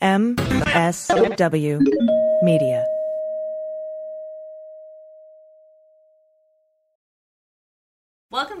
MSW Media. Welcome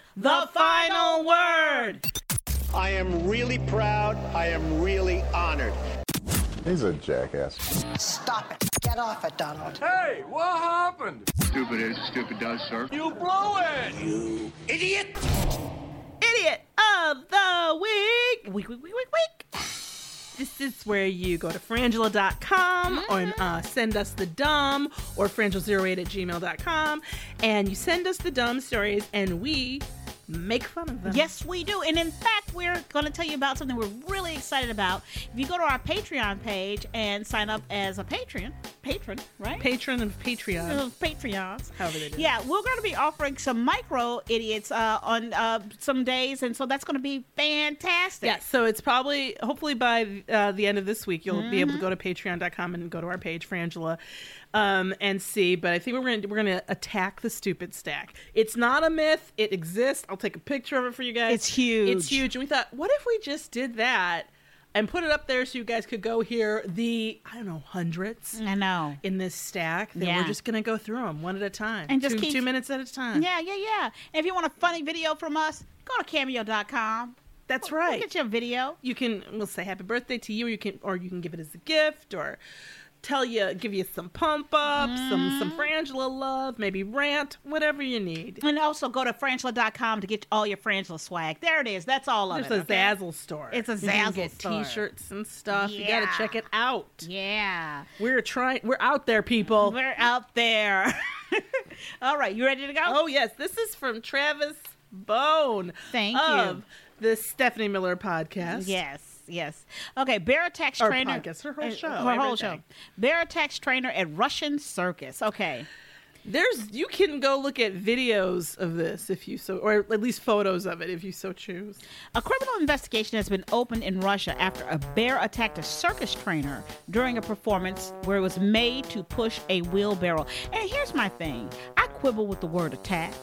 The Final Word. I am really proud. I am really honored. He's a jackass. Stop it. Get off it, Donald. Hey, what happened? Stupid is, stupid does, sir. You blew it! You idiot! Idiot of the week. Week, week, week, week, week. This is where you go to frangela.com or uh, send us the dumb or frangela08 at gmail.com and you send us the dumb stories and we make fun of them. Yes, we do. And in fact, we're going to tell you about something we're really excited about. If you go to our Patreon page and sign up as a patron, patron, right? Patron of Patreon. Of Patreons. However they do it. Yeah, we're going to be offering some micro idiots uh, on uh, some days, and so that's going to be fantastic. Yeah, so it's probably, hopefully by uh, the end of this week, you'll be able to go to patreon.com and go to our page for Angela um, and see. But I think we're going to we're gonna attack the stupid stack. It's not a myth, it exists. I'll take a picture of it for you guys. It's huge. It's huge. And we thought, what if we just did that and put it up there so you guys could go hear the, I don't know, hundreds? I know. In this stack, then Yeah. we're just gonna go through them one at a time, And just two, keep- two minutes at a time. Yeah, yeah, yeah. And if you want a funny video from us, go to cameo.com. that's We'll right. get you a video. you can we'll say happy birthday to you or you can or you can give it as a gift or tell you give you some pump up some some Mm-hmm. frangela love maybe rant whatever you need And also go to frangela.com to get all your frangela swag. There it is. That's all of there's it. a okay? zazzle store It's a You can Zazzle get store. t-shirts and stuff you Yeah. gotta check it out Yeah. we're trying we're out there people We're out there. all right. You ready to go? oh yes this is from travis bone Thank you. of the stephanie miller podcast Yes, yes. Okay, bear attacks Or trainer. podcast, her whole uh, show, Her whole show. everything. Bear attacks trainer at Russian circus. Okay. There's you can go look at videos of this if you so or at least photos of it if you so choose. A criminal investigation has been opened in Russia after a bear attacked a circus trainer during a performance where it was made to push a wheelbarrow. And here's my thing I quibble with the word attacked.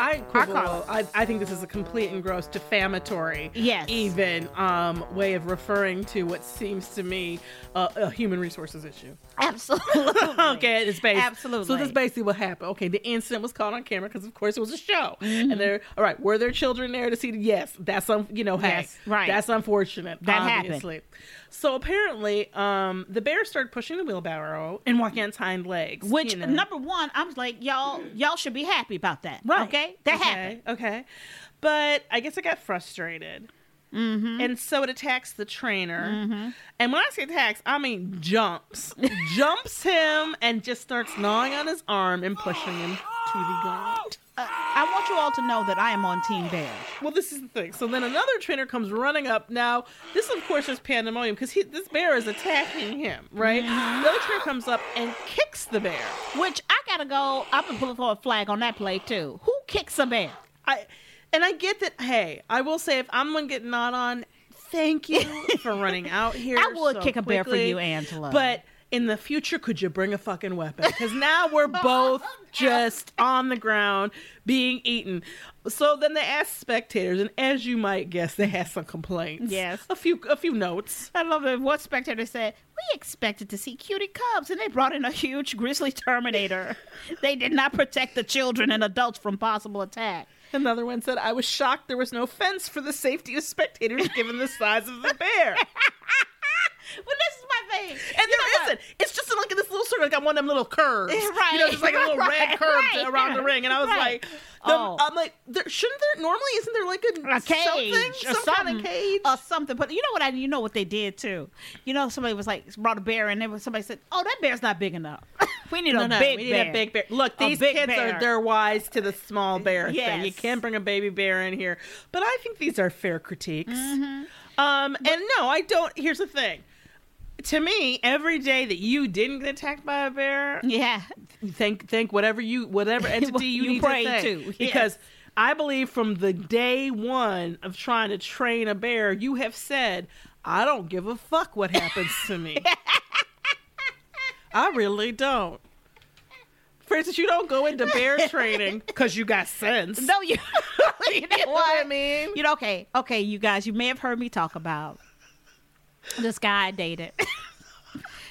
I quibble. call I, I think this is a complete and gross defamatory, Yes. even um, way of referring to what seems to me uh, a human resources issue. Absolutely. okay, it's based. Absolutely. So this is basically what happened. Okay, the incident was caught on camera because, of course, it was a show. Mm-hmm. And there, all right, were there children there to see? The, yes, that's un, you know, hey, Yes, right. That's unfortunate. That happened. obviously. So apparently, um, the bear started pushing the wheelbarrow and walking on its hind legs. Which you know. number one, I was like, y'all, y'all should be happy about that. Right. Okay, that okay. happened. Okay. But I guess I got frustrated. Mm-hmm. And so it attacks the trainer. Mm-hmm. And when I say attacks, I mean jumps. jumps him and just starts gnawing on his arm and pushing him to the ground. Uh, I want you all to know that I am on Team Bear. Well, this is the thing. So then another trainer comes running up. Now, this, of course, is pandemonium because this bear is attacking him, right? Mm-hmm. The other trainer comes up and kicks the bear. Which I gotta go. I've been pulling for a flag on that play too. Who kicks a bear? I and I get that. Hey, I will say if I'm gonna get not on, thank you for running out here. I would so kick a bear for quickly. you, Angela. But in the future, could you bring a fucking weapon? Because now we're both just on the ground being eaten. So then they asked spectators, and as you might guess, they had some complaints. Yes. a few, a few notes. I love it. One spectator said, "We expected to see cutie cubs, and they brought in a huge grizzly terminator. they did not protect the children and adults from possible attack." Another one said, "I was shocked there was no fence for the safety of spectators, given the size of the bear." Well, this is my thing. And You know there what? isn't. It's just like in this little circle, like got one of them little curves. Right, You know, just like a little right, red curve right. around the ring. And I was Right. like, the, Oh. I'm like, there, shouldn't there normally isn't there like a, a cage something, or some something, kind of cage? or something. But you know what? I you know what they did too. You know, somebody was like brought a bear, and then somebody said, "Oh, that bear's not big enough. we need a big we need bear. a big bear. Look, A these big kids bear. are they're wise to the small bear thing. You Yes. can't bring a baby bear in here. But I think these are fair critiques. Mm-hmm. Um, and no, I don't. Here's the thing. To me, every day that you didn't get attacked by a bear, Yeah, thank thank whatever you whatever entity you, you need pray to thank. to, because I believe from the day one of trying to train a bear, you have said, "I don't give a fuck what happens to me. I really don't." For instance, you don't go into bear training because you got sense. no, you. you know know what I mean? You know, okay, okay, you guys, you may have heard me talk about this guy I dated.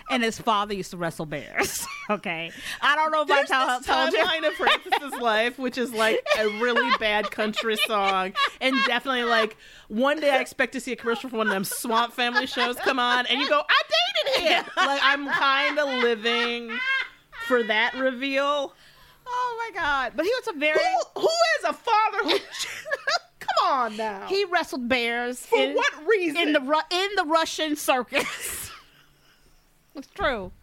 And his father used to wrestle bears. Okay, I don't know if There's I this told, told you. timeline of Francis's life, which is like a really bad country song, and definitely like one day I expect to see a commercial for one of them Swamp Family shows come on, and you go, "I dated him." Like I'm kind of living for that reveal. Oh my god! But he was a very Who who is a father who? come on now. he wrestled bears for in- what reason? in the Ru- in the Russian circus. it's true.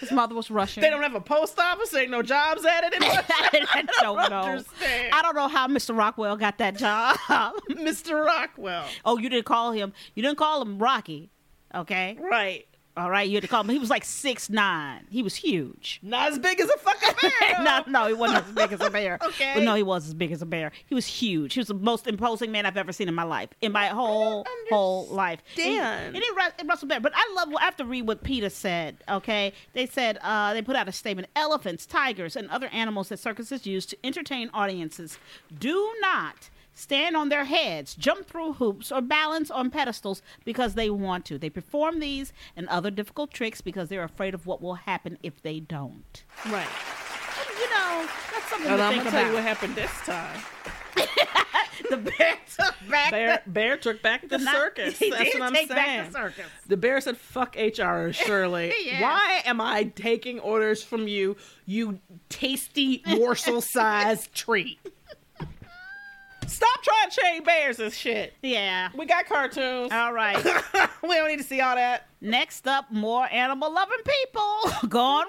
His mother was Russian. they don't have a post office. Ain't no jobs added. In I don't know. understand. I don't know how Mr. Rockwell got that job. Mr. Rockwell. oh, you didn't call him. You didn't call him Rocky. Okay. Right. All right. You had to call him. He was like six nine. He was huge. Not as big as a fucking bear. no, no, he wasn't as big as a bear. Okay. But no, he was as big as a bear. He was huge. He was the most imposing man I've ever seen in my life, in my whole whole life. understand. And he, and he wres- and wrestled bear. But I love. I have to read what Peter said. Okay, they said uh, they put out a statement: elephants, tigers, and other animals that circuses use to entertain audiences do not. Stand on their heads, jump through hoops, or balance on pedestals because they want to. They perform these and other difficult tricks because they're afraid of what will happen if they don't Right. you know, that's something And to I'm think gonna about. tell you what happened this time. the bear took back Bear, bear took back the not- circus. he That's did what I'm take saying. back the circus. The bear said, "Fuck HR, Shirley. Yeah. Why am I taking orders from you, you tasty morsel-sized treat? Stop trying to chain bears and shit. the. Yeah. We got cartoons. All right. we don't need to see all that. Next up, more animal loving people Oh gone Oh.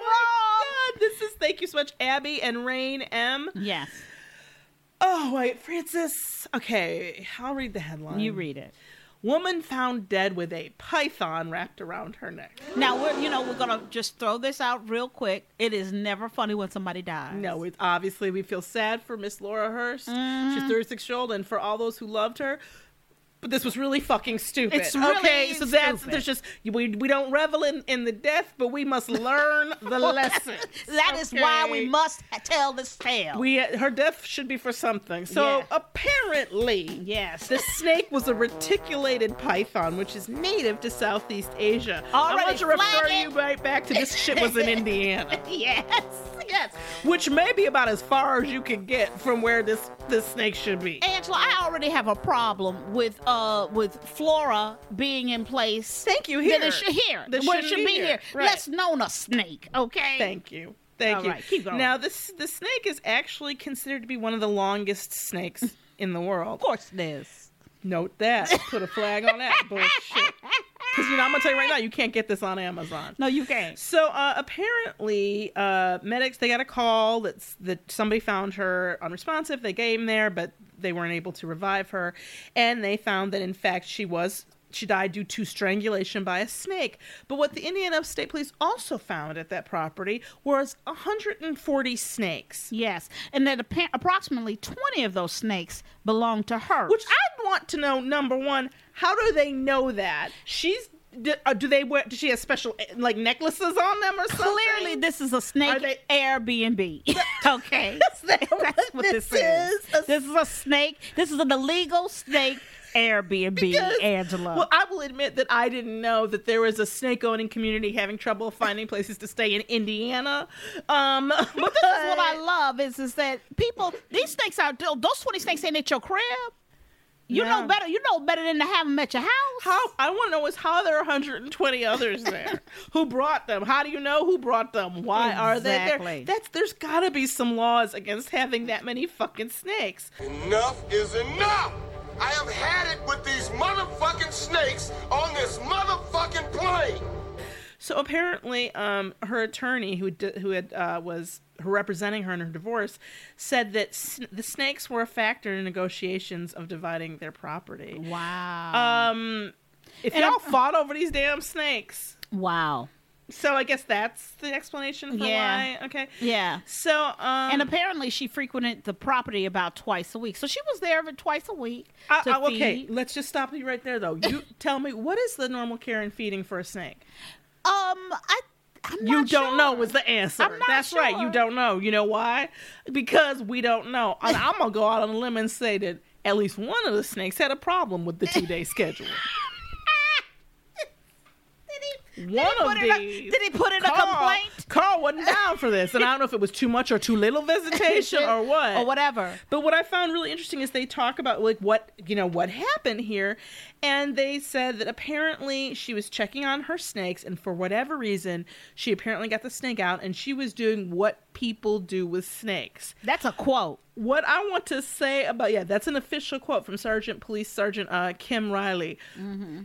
my God, this is thank you so much, Abby and Rain M. wrong. Yes. Oh wait, Francis. Okay, I'll read the headline. You read it. Woman found dead with a python wrapped around her neck. Now we're, you know, we're gonna just throw this out real quick. It is never funny when somebody dies. No, it, Mm. obviously we feel sad for Miss Laura Hurst. She's 36 years old, and for all those who loved her, but this was really fucking stupid. It's really okay, so that's stupid. there's just we, we don't revel in, in the death, but we must learn the lesson. That is why we must tell this tale. We her death should be for something. So Yeah. apparently, yes, the snake was a reticulated python, which is native to Southeast Asia. I Already want to refer flagging. you right back to this shit was in Indiana, yes, yes. which may be about as far as you can get from where this this snake should be. Angela, I already have a problem with uh with Flora being in place. Thank you. That Here. it should here. That Well, it shouldn't should be be here. here. Right. Let's known a snake, okay? Thank you. Thank All you. right, keep going. Now, this the snake is actually considered to be one of the longest snakes in the world. Of course it is. Note that. Put a flag on that bullshit. Because you know, I'm gonna tell you right now, you can't get this on Amazon. No, you can't. So uh, apparently, uh, medics they got a call that that somebody found her unresponsive. They came there, but they weren't able to revive her, and they found that in fact she was she died due to strangulation by a snake. But what the Indiana State Police also found at that property was 140 snakes, Yes, and that appa- approximately twenty of those snakes belong to her. which I want to know. Number one, how do they know that she's? Do, uh, do they wear? Does she have special eh, like necklaces on them or something? clearly this is a snake Are they- Airbnb. okay, that that's what what this this, is? is. A This is a snake. This is an illegal snake Airbnb, Because- Angela. Well, I will admit that I didn't know that there was a snake owning community having trouble finding places to stay in Indiana. Um, but this this is what I love is is that people these snakes are those twenty snakes ain't at your crib. You No. know better. You know better than to have them at your house. How I want to know is how there are 120 others there. who brought them? How do you know who brought them? Why are they there? Exactly. That's there's got to be some laws against having that many fucking snakes. Enough is enough! I have had it with these motherfucking snakes on this motherfucking plane! So apparently, um, her attorney, who d- who had uh, was representing her in her divorce, said that sn- the snakes were a factor in negotiations of dividing their property. Wow. Um, if And y'all I'm- fought over these damn snakes, wow. so I guess that's the explanation for Yeah. why. Okay. Yeah. So um, And apparently, she frequented the property about twice a week. So she was there every twice a week. I- to I- Uh, okay, feed. Um, let's just stop you right there though. You tell me what is the normal care and feeding for a snake? Um, I. I'm You not don't know sure. was the answer. I'm not That's right. You sure. don't know. You know why? Because we don't know. And I'm gonna go out on a limb and say that at least one of the snakes had a problem with the two day schedule. Did he, One did he of put in a- these did he put in a complaint? Carl wasn't down for this, and I don't know if it was too much or too little visitation or what. Or whatever. But what I found really interesting is they talk about like what you know what happened here, and they said that apparently she was checking on her snakes, and for whatever reason, she apparently got the snake out, and she was doing what people do with snakes. That's a quote. What I want to say about yeah, that's an official quote from Sergeant Police Sergeant uh, Kim Riley. Mm-hmm.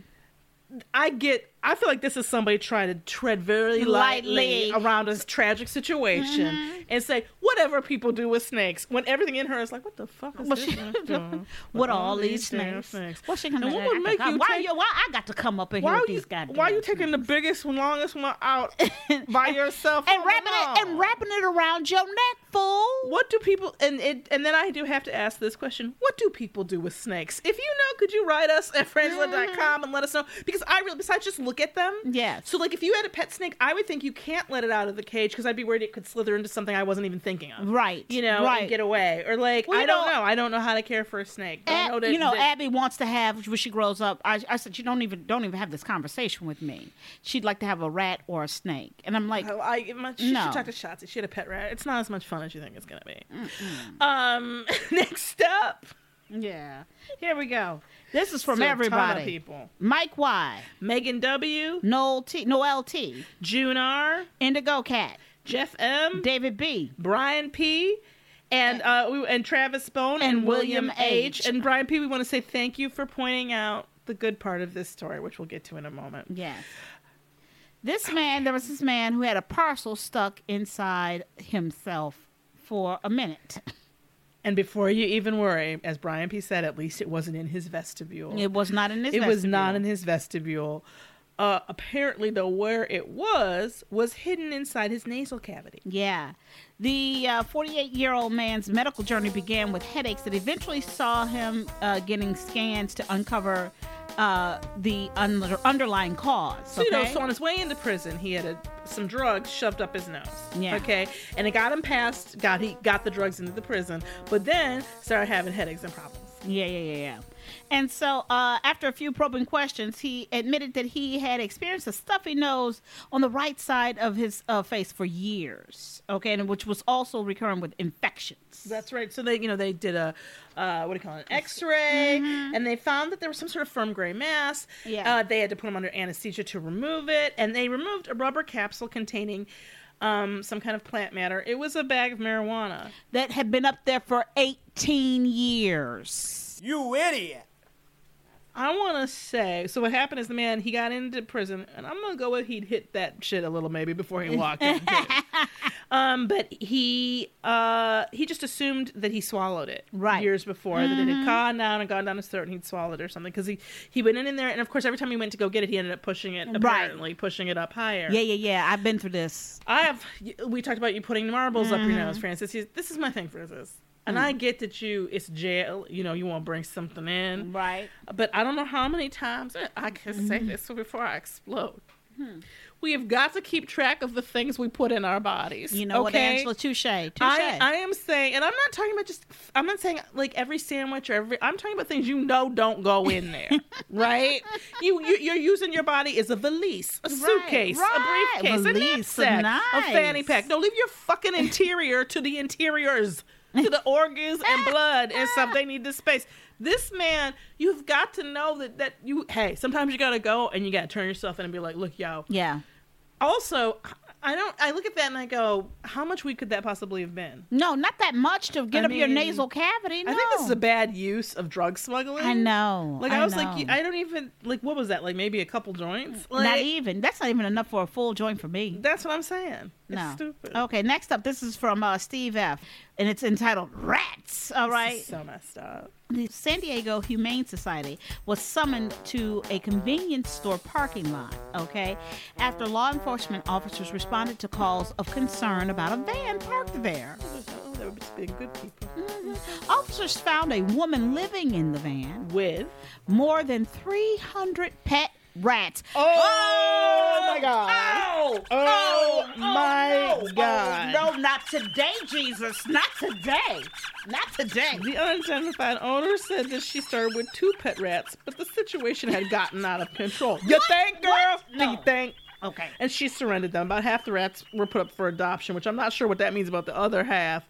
I get. I feel like this is somebody trying to tread very lightly, Lightly. Mm-hmm. around this tragic situation and say whatever people do with snakes. When everything in her is like, what the fuck is Well, this? she- one doing With all, these damn snakes. Well, she gonna And what would make you why take- you why I got to come up in Why here are with you? these goddamn Why are you taking the biggest and longest one out by yourself and on the wrapping it and lawn? wrapping it around your neck, fool? What do people and it and then I do have to ask this question. What do people do with snakes? If you know, could you write us at frangela.com and let us know? Because I really besides just look at them. Yes. So like if you had a pet snake, I would think you can't let it out of the cage because I'd be worried it could slither into something I wasn't even thinking of. Right. You know, and Right. get away. Or like Well, you I don't know- know. I don't know how to care for a snake. But I Ab- know that, you know, that- Abby wants to have when she grows up. I, I said, you don't even don't even have this conversation with me. She'd like to have a rat or a snake, and I'm like, Oh, I, my, she No. should talk to Shotzi. She had a pet rat. It's not as much fun as you think it's gonna be. Um, next up, yeah. Here we go. This is from So a ton of everybody. people. Mike Y, Megan W, Noel T, Noel T, June R, Indigo Cat, Jeff M, David B, Brian P. And uh, we, and Travis Bone and, And William William H. H. and Brian P. We want to say thank you for pointing out the good part of this story, which we'll get to in a moment. Yes. This man, there was this man who had a parcel stuck inside himself for a minute. And before you even worry, as Brian P. said, at least it wasn't in his vestibule. It was not in his. It was not vestibule. in his vestibule. uh, apparently though where it was was hidden inside his nasal cavity. Yeah. The 48 year old man's medical journey began with headaches that eventually saw him uh, getting scans to uncover uh, the un- underlying cause. So, you know, okay? so on his way into prison, he had a, some drugs shoved up his nose. Yeah. Okay, and it got him past. Got he got the drugs into the prison, but then started having headaches and problems. Yeah, yeah, yeah, yeah. And so, uh, after a few probing questions, he admitted that he had experienced a stuffy nose on the right side of his uh, face for years. Okay, and which was also recurring with infections. That's right. So they, you know, they did a uh, what do you call it, an X-ray, and they found that there was some sort of firm gray mass. Mm-hmm. Yeah. Uh, they had to put him under anesthesia to remove it, and they removed a rubber capsule containing um, some kind of plant matter. It was a bag of marijuana. That had been up there for 18 years. You idiot. I want to say so. What happened is the man he got into prison, and I'm gonna go with he'd hit that shit a little maybe before he walked in. um, but he uh, he just assumed that he swallowed it right years before that it Mm-hmm. had gone down and gone down his throat and he'd swallowed it or something because he he went in, in there and of course every time he went to go get it he ended up pushing it Right. apparently pushing it up higher. Yeah, yeah, yeah. I've been through this. I have. We talked about you putting marbles up your Mhm. nose, Francis. You- This is my thing, Francis. And Mm. I get that you, it's jail. You know, you want to bring something in, right? But I don't know how many times I can say Mhm. this before I explode. Hmm. We have got to keep track of the things we put in our bodies. You know what, okay? Angela? Touche. Touche. I, I am saying, and I'm not talking about just. I'm not saying like every sandwich or every. I'm talking about things you know don't go in there, right? You, you you're using your body as a valise, a Right, suitcase, right. a briefcase, a Valise, knapsack, a fanny nice. pack. Don't leave your fucking interior to the interiors, to the organs and blood and stuff. They need this space. This man, you've got to know that that you. Hey, sometimes you gotta go and you gotta turn yourself in and be like, look, yo, Yeah. also, I don't. I look at that and I go, how much weed could that possibly have been? No, not that much to get I up your mean, nasal cavity. I think this is no. a bad use of drug smuggling. I know, Like I I, was like, know. you- I don't even like. What was that? Like maybe a couple joints. Like, not even. That's not even enough for a full joint for me. That's what I'm saying. It's No. stupid. Okay, next up, this is from uh, Steve F. And it's entitled Rats. All This is right. so messed up. The San Diego Humane Society was summoned to a convenience store parking lot, okay, after law enforcement officers responded to calls of concern about a van parked there. Oh, that would just be good people. Officers found a woman living in the van with more than 300 pet rats. Oh, my God. Oh, Oh, my God. no, not today, Jesus. Not today. Not today. The unidentified owner said that she started with two pet rats, but the situation had gotten out of control. You think, girl? Do you think? Okay. And she surrendered them. About half the rats were put up for adoption, which I'm not sure what that means about the other half.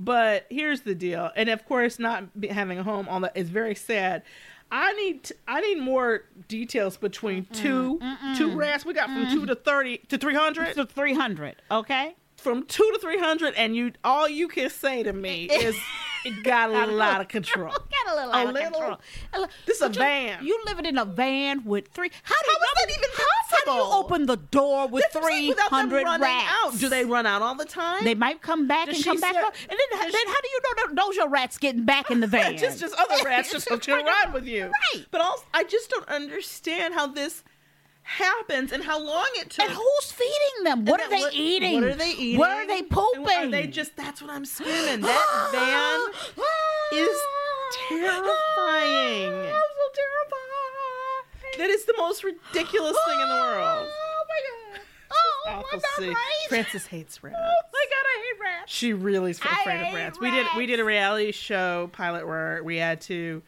But here's the deal. And of course, not be- having a home, all that is very sad. I need t- I need more details between 2 two rats. We got from two to thirty to three hundred to three hundred. Okay, from two to three hundred, and you all you can say to me is it got a lot of control. Got a little out of control. A li- This is a But you- van. You living in a van with three. How do you that even possible? how do you open the door with That's what I'm saying, three without them hundred running rats? out. Do they run out all the time? They might come back Does and she come back ser- up. And then, then how do you know that those your rats getting back in the van? just just other rats just hooked and ride with you. Right. But also, I just don't understand how this happens and how long it took. And who's feeding them? What are And they that- eating? What are they eating? What are they And pooping? what- Are they just? That's what I'm screaming. That van is terrifying. I'm so terrified. That is the most ridiculous thing in the world. Oh my god. Oh my Awful god, sick. right? Francis hates rats. Oh my god, I hate rats. She really is I afraid of hate rats. We did we did a reality show pilot where we had to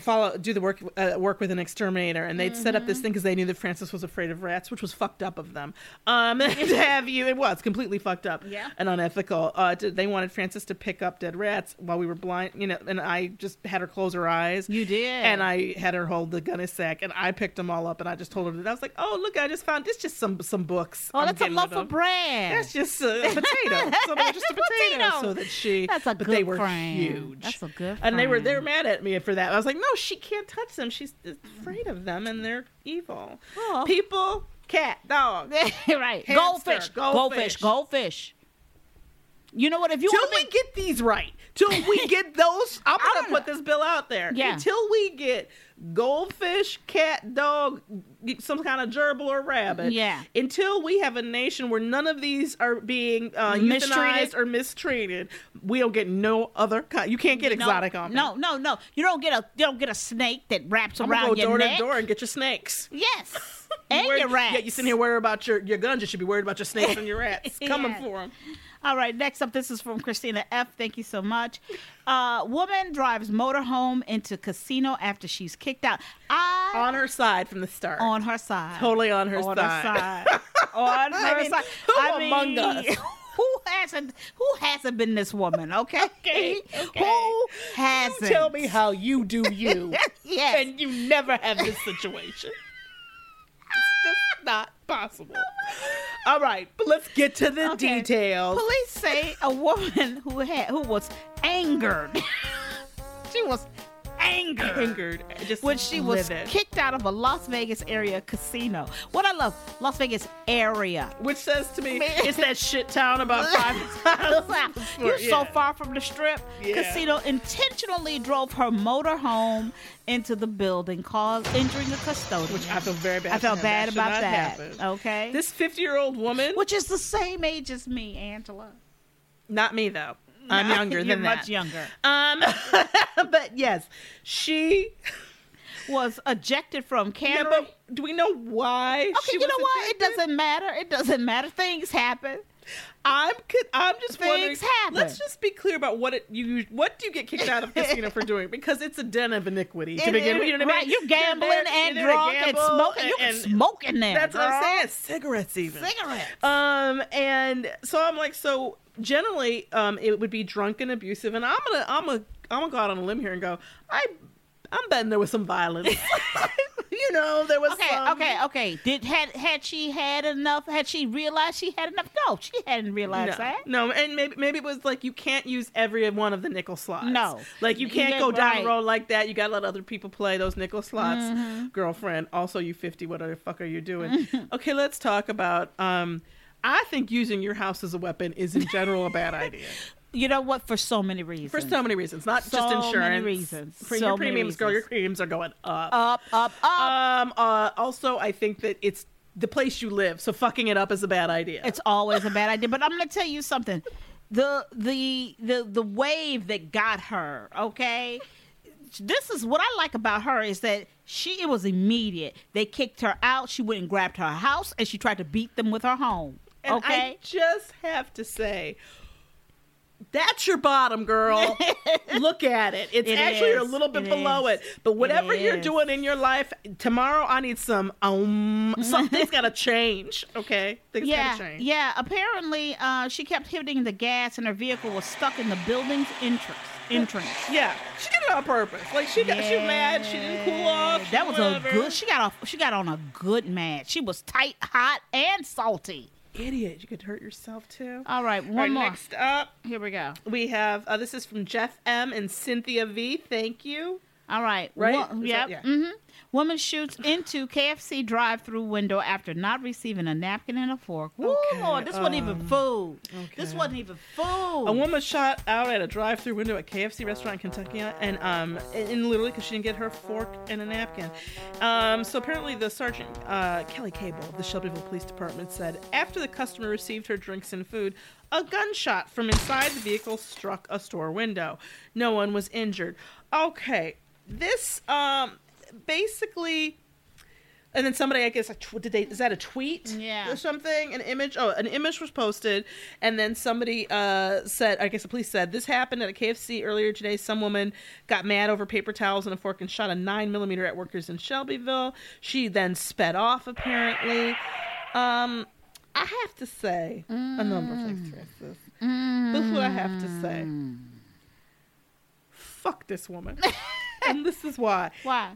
follow do the work uh, work with an exterminator, and they'd set Mm-hmm. up this thing because they knew that Francis was afraid of rats, which was fucked up of them. Um, to have you, it was completely fucked up Yeah. and unethical. Uh, to, they wanted Francis to pick up dead rats while we were blind, you know, and I just had her close her eyes. You did. And I had her hold the gunny sack, and I picked them all up, and I just told her that I was like, "Oh, look, I just found this just some some books. Oh, I'm that's a getting rid loaf of them." bread. That's just a potato. so they're just a potato. Potato. So that she. That's a but good they were friend. huge. That's a good And they were friend. they were mad at me for that. I was like, no, she can't touch them. She's afraid of them, and they're evil. Oh. People, cat, dog. right. Hamster, goldfish, goldfish. goldfish, goldfish. You know what? If you till wanna we get these right, till we get those, I'm gonna put this bill out there. Yeah. Until we get goldfish, cat, dog, some kind of gerbil or rabbit. Yeah. Until we have a nation where none of these are being uh, Mistreated. euthanized or mistreated, we'll get no other kind. You can't get No, exotic on me. No, no, no. You don't get a you don't get a snake that wraps I'm around gonna go your door neck. to door and get your snakes. Yes, You and worried- your rats. Yeah, you sitting here worried about your, your guns. You should be worried about your snakes and your rats. Coming Yeah. for them. All right, next up, this is from Christina F. Thank you so much. Uh, woman drives motorhome into casino after she's kicked out. I On her side from the start. on her side. Totally on her on side. Her side. on her mean, side. who among us? Who hasn't? Who hasn't been this woman? Okay. Okay, okay. Who hasn't? Tell me how you do you. yes. and you never have this situation. it's just not possible. All right, but let's get to the Okay. details. Police say a woman who had who was angered. she was angered. Angered, just When she was livid. kicked out of a Las Vegas area casino. What I love, Las Vegas area. Which says to me, it's that shit town about five times. You're so Yeah. far from the strip. Yeah. Casino intentionally drove her motor home into the building, caused injuring the custodian. Which I feel very bad. I for felt him. bad should about not that. happen. Okay. This fifty-year-old woman, which is the same age as me, Angela. not me though. I'm younger You're than that. much younger. Um, but yes, she. was ejected from Yeah, Canada. but do we know why? okay, you know what? It doesn't matter. It doesn't matter. Things happen. I'm could, I'm just wondering. Things happen. Let's just be clear about what it you what do you get kicked out of casino for doing because it's a den of iniquity to It- begin it- with. You know what I right, mean? you're gambling there- and you're there to drunk and gamble smoking. You can and- smoke in there. That's what I'm girl. saying. Cigarettes even. Cigarettes. Um, and so I'm like, so generally, um, it would be drunken, abusive, and I'm gonna, I'm gonna, I'm gonna go out on a limb here and go, I, I'm betting there was some violence. you know, there was Okay, some. okay, okay. Did had had she had enough? Had she realized she had enough? No, she hadn't realized No, that. no, and maybe maybe it was like you can't use every one of the nickel slots. No. like you You can't get- go down right. the road like that. You gotta let other people play those nickel slots, Mm-hmm. girlfriend. Also, you fifty. What the fuck are you doing? okay, let's talk about. Um, I think using your house as a weapon is in general a bad idea. You know what? For so many reasons. For so many reasons, not just So many insurance. reasons. Pre- So your many premiums, girl. Your reasons. premiums are going up. up, up, up. um. Uh, also, I think that it's the place you live. So fucking it up is a bad idea. It's always a bad idea. But I'm gonna tell you something. The the the the wave that got her, okay? This is what I like about her is that she it was immediate. They kicked her out, she went and grabbed her house, and she tried to beat them with her home. And I okay. just have to say, that's your bottom, girl. Look at it. It's It actually is. a little bit It below is. it. But whatever you're is. doing in your life, tomorrow I need some um something's gotta change. Okay. Things gotta yeah, change. yeah. Apparently, uh, she kept hitting the gas, and her vehicle was stuck in the building's entrance. Entrance. Yeah. She did it on purpose. Like she got she mad, she didn't cool off. she That was whatever. a good. She got off. She got on a good match. She was tight, hot, and salty. idiot. You could hurt yourself too. All right, one All right, more. next up. Here we go. We have uh, this is from Jeff M and Cynthia V. Thank you. All right. Right? Wo- Is yep. that- yeah. hmm Woman shoots into KFC drive-through window after not receiving a napkin and a fork. Woo, Okay, um, Lord, this wasn't even food. This okay. wasn't even food. A woman shot out at a drive-through window at KFC restaurant in Kentucky, and um, and, and literally because she didn't get her fork and a napkin. Um, so apparently, the sergeant uh, Kelly Cable of the Shelbyville Police Department said after the customer received her drinks and food, a gunshot from inside the vehicle struck a store window. No one was injured. Okay, this um, basically. And then somebody, I guess, like, tw- did they? Is that a tweet? Yeah. Or something? An image? Oh, an image was posted, and then somebody uh, said, I guess the police said this happened at a KFC earlier today. Some woman got mad over paper towels and a fork and shot a nine millimeter at workers in Shelbyville. She then sped off. Apparently, um, I have to say a number of things, Francis. This is what I have to say. Fuck this woman, and this is why Why?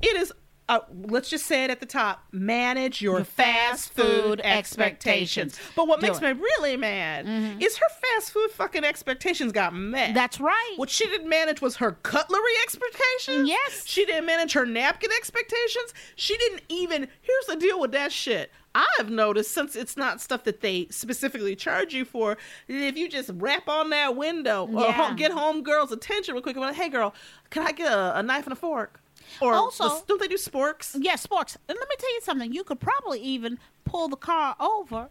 it is uh, let's just say it at the top manage your, Your fast food food expectations. expectations. But what Do makes it. Mm-hmm. me really mad is her fast food fucking expectations got met. That's right. What she didn't manage was her cutlery expectations. Yes. She didn't manage her napkin expectations. She didn't even. Here's the deal with that shit. I've noticed since it's not stuff that they specifically charge you for, that if you just rap on that window or Yeah. ho- get home girl's attention real quick, and be like, hey girl, can I get a, a knife and a fork? Or Also- the- don't they do sporks? Yeah, sporks. And let me tell you something. You could probably even pull the car over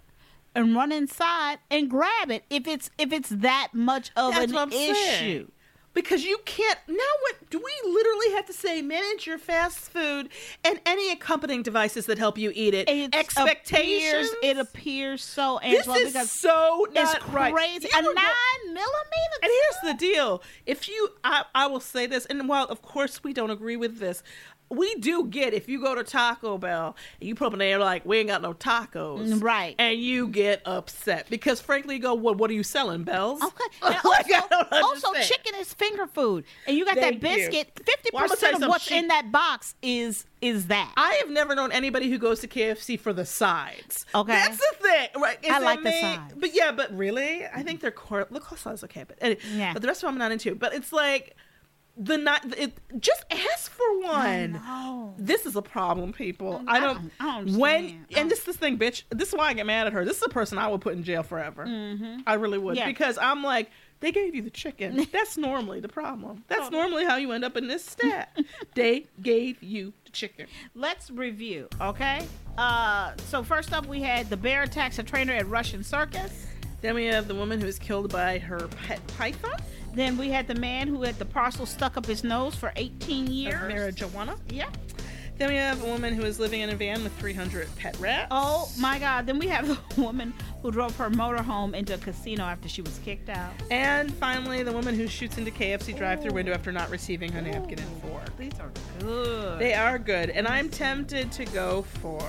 and run inside and grab it if it's if it's that much of That's an what I'm issue. saying. Because you can't now. What do we literally have to say? Manage your fast food and any accompanying devices that help you eat it. It Expectations. appears- it appears so, This Angela, is because so it's not right. crazy. You A were go- nine millimeter. And here's the deal: if you, I, I will say this, and while of course we don't agree with this, we do get if you go to Taco Bell and you pull up and they're like, "We ain't got no tacos," Mm, Right. And you get upset because frankly, you go, "What? What are you selling, Bells?" Okay. And Like, I Oh, also, don't also understand. chicken is finger food, and you got Thank that biscuit. you. Fifty Well, I'm gonna tell percent you of some what's shit. in that box is is that. I have never known anybody who goes to KFC for the sides. Okay. that's the thing, right? Is I it like the me? sides. but yeah, but really, I think they're core. The coleslaw is okay, but anyway, Yeah. but the rest of them I'm not into. But it's like the not. It just ask for one. know. This is a problem, people. I don't. I don't- I don't when understand. Oh. I and this this thing, bitch. This is why I get mad at her. This is a person I would put in jail forever. I really would Mm-hmm. Yeah. because I'm like. They gave you the chicken. That's normally the problem. Oh. That's normally how you end up in this stat. they gave you the chicken. Let's review, okay? Uh, so first up, we had the bear attacks a trainer at Russian circus. Then we have the woman who was killed by her pet python, Then we had the man who had the parcel stuck up his nose for 18 of years. marijuana. Yeah. Then we have a woman who was living in a van with 300 pet rats. Oh my God. Then we have the woman who drove her motorhome into a casino after she was kicked out. And finally, the woman who shoots into KFC drive-through window after not receiving her napkin and fork. These are good. They are good, and I'm tempted to go for.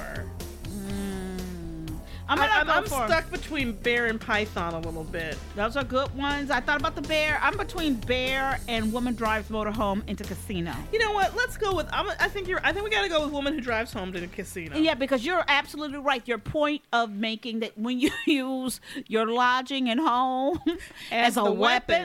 I'm I'm, gonna I'm, go I'm for 'em. stuck between bear and python a little bit. Those are good ones. I thought about the bear. I'm between bear and woman drives motorhome into casino. You know what? Let's go with. I'm, I think you're. I think we gotta go with woman who drives home to the casino. Yeah, because you're absolutely right. Your point of making that when you use your lodging and home as, a the weapon.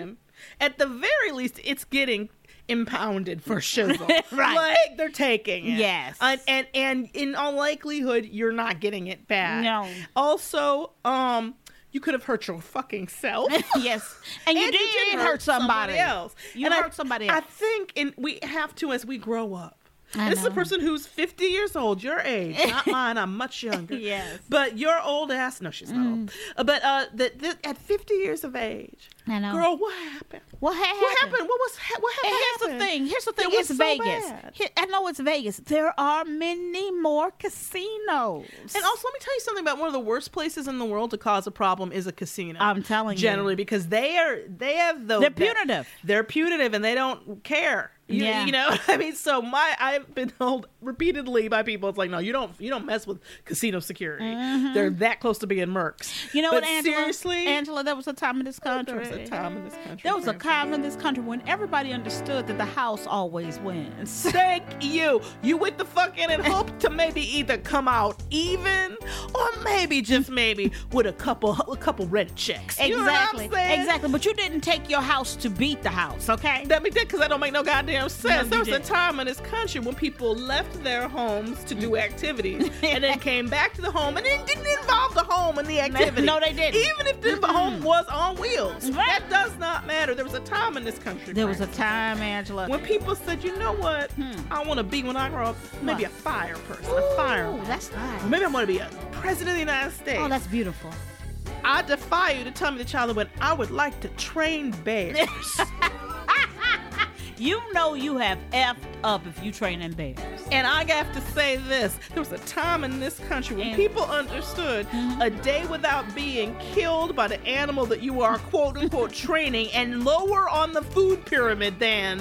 At the very least, it's getting impounded for shizzle. Right. Like they're taking it. Yes. And, and and in all likelihood, you're not getting it back. No. Also, um, you could have hurt your fucking self. yes, and you did, hurt, somebody. else. You and hurt I, somebody I else. think, and we have to as we grow up. I And this is a know. person who's 50 years old, your age, not mine. I'm much younger. Yes. Mm-hmm. But your old ass, no, she's not old. Uh, But uh, the, the, at 50 years of age, I know. girl, what happened? what ha- happened? What happened? What was ha- what And happened? here's the thing. Here's the thing. It It's was so Vegas. bad. Here- I know it's Vegas. There are many more casinos. And also, let me tell you something about one of the worst places in the world to cause a problem is a casino. I'm telling you. generally because they are they have the They're punitive. They're punitive and they don't care. You, Yeah. you know. I mean, so my I've been told repeatedly by people, it's like, no, you don't you don't mess with casino security. They're that close to being mercs. Mm-hmm. you know But what, Angela? Seriously, Angela, there was a time in this country. there was a time in this country. There was a Francis. time in this country when everybody understood that the house always wins. Thank you. You with the fucking and hope to maybe either come out even or maybe just maybe with a couple a couple red checks. You know what I'm Exactly. saying? Exactly. But you didn't take your house to beat the house, okay? That we did because that don't make no goddamn sense. you there was didn't. a time in this country when people left their homes to do activities and then came back to the home and it didn't involve the home in the activity. No, they didn't. Even if the home was on wheels, Right. that does not matter. There was a time in this country. There was a Francis, time, Angela. when people said, you know what, Hmm. I want to be when I grow up, maybe a fire person, a Oh, fireman. that's nice. Maybe I'm going to be a president of the United States. Oh, that's beautiful. I defy you to tell me the child when I would like to train bears. You know you have effed up if you train in bears. and I have to say this: there was a time in this country when And- Mm-hmm. people understood a day without being killed by the animal that you are quote unquote training and lower on the food pyramid than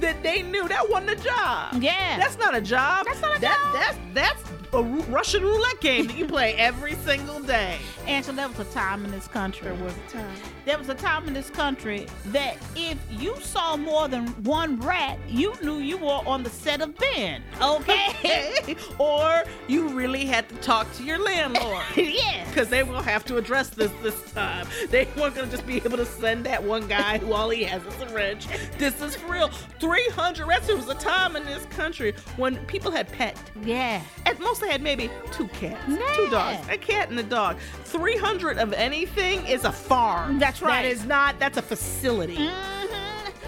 that they knew that wasn't a job. Mm-hmm. Yeah. That's not a job. That's not a that, job. That's, that's a Ru- Russian roulette game that you play every single day. Angela, there was a time in this country. There was a time. There was a time in this country that if you saw more than one rat, you knew you were on the set of Ben. Okay. or you really had to talk to your landlord. yeah. Because they will have to address this this time. They weren't going to just be able to send that one guy who all he has is a wrench. This is for real. 300 rats. There was a time in this country when people had pets. yeah. At most, they had maybe two cats, Yeah. two dogs, a cat and a dog. 300 of anything is a farm. That's right. Mm. That is not, that's a facility. Mm-hmm.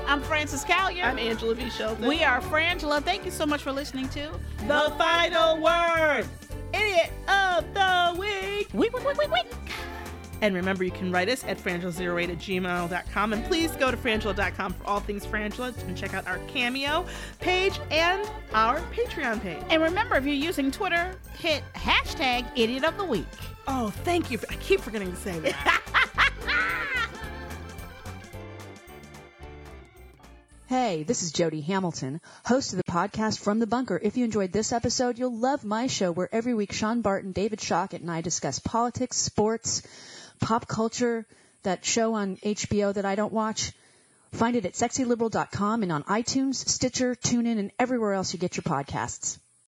I'm Frances Callier. I'm Angela V. Shelton. We are Frangela. Thank you so much for listening to the final word. Idiot of the Week. Week, week, week, week, week. And remember, you can write us at frangela08 at gmail.com. And please go to frangela.com for all things frangela and check out our Cameo page and our Patreon page. And remember, if you're using Twitter, hit hashtag Idiot of the Week. Oh, thank you. For, I keep forgetting to say that. Hey, this is Jody Hamilton, host of the podcast From the Bunker. If you enjoyed this episode, you'll love my show where every week Sean Barton, David Shockett, and I discuss politics, sports, pop culture, that show on HBO that I don't watch. Find it at sexyliberal.com and on iTunes, Stitcher, TuneIn, and everywhere else you get your podcasts.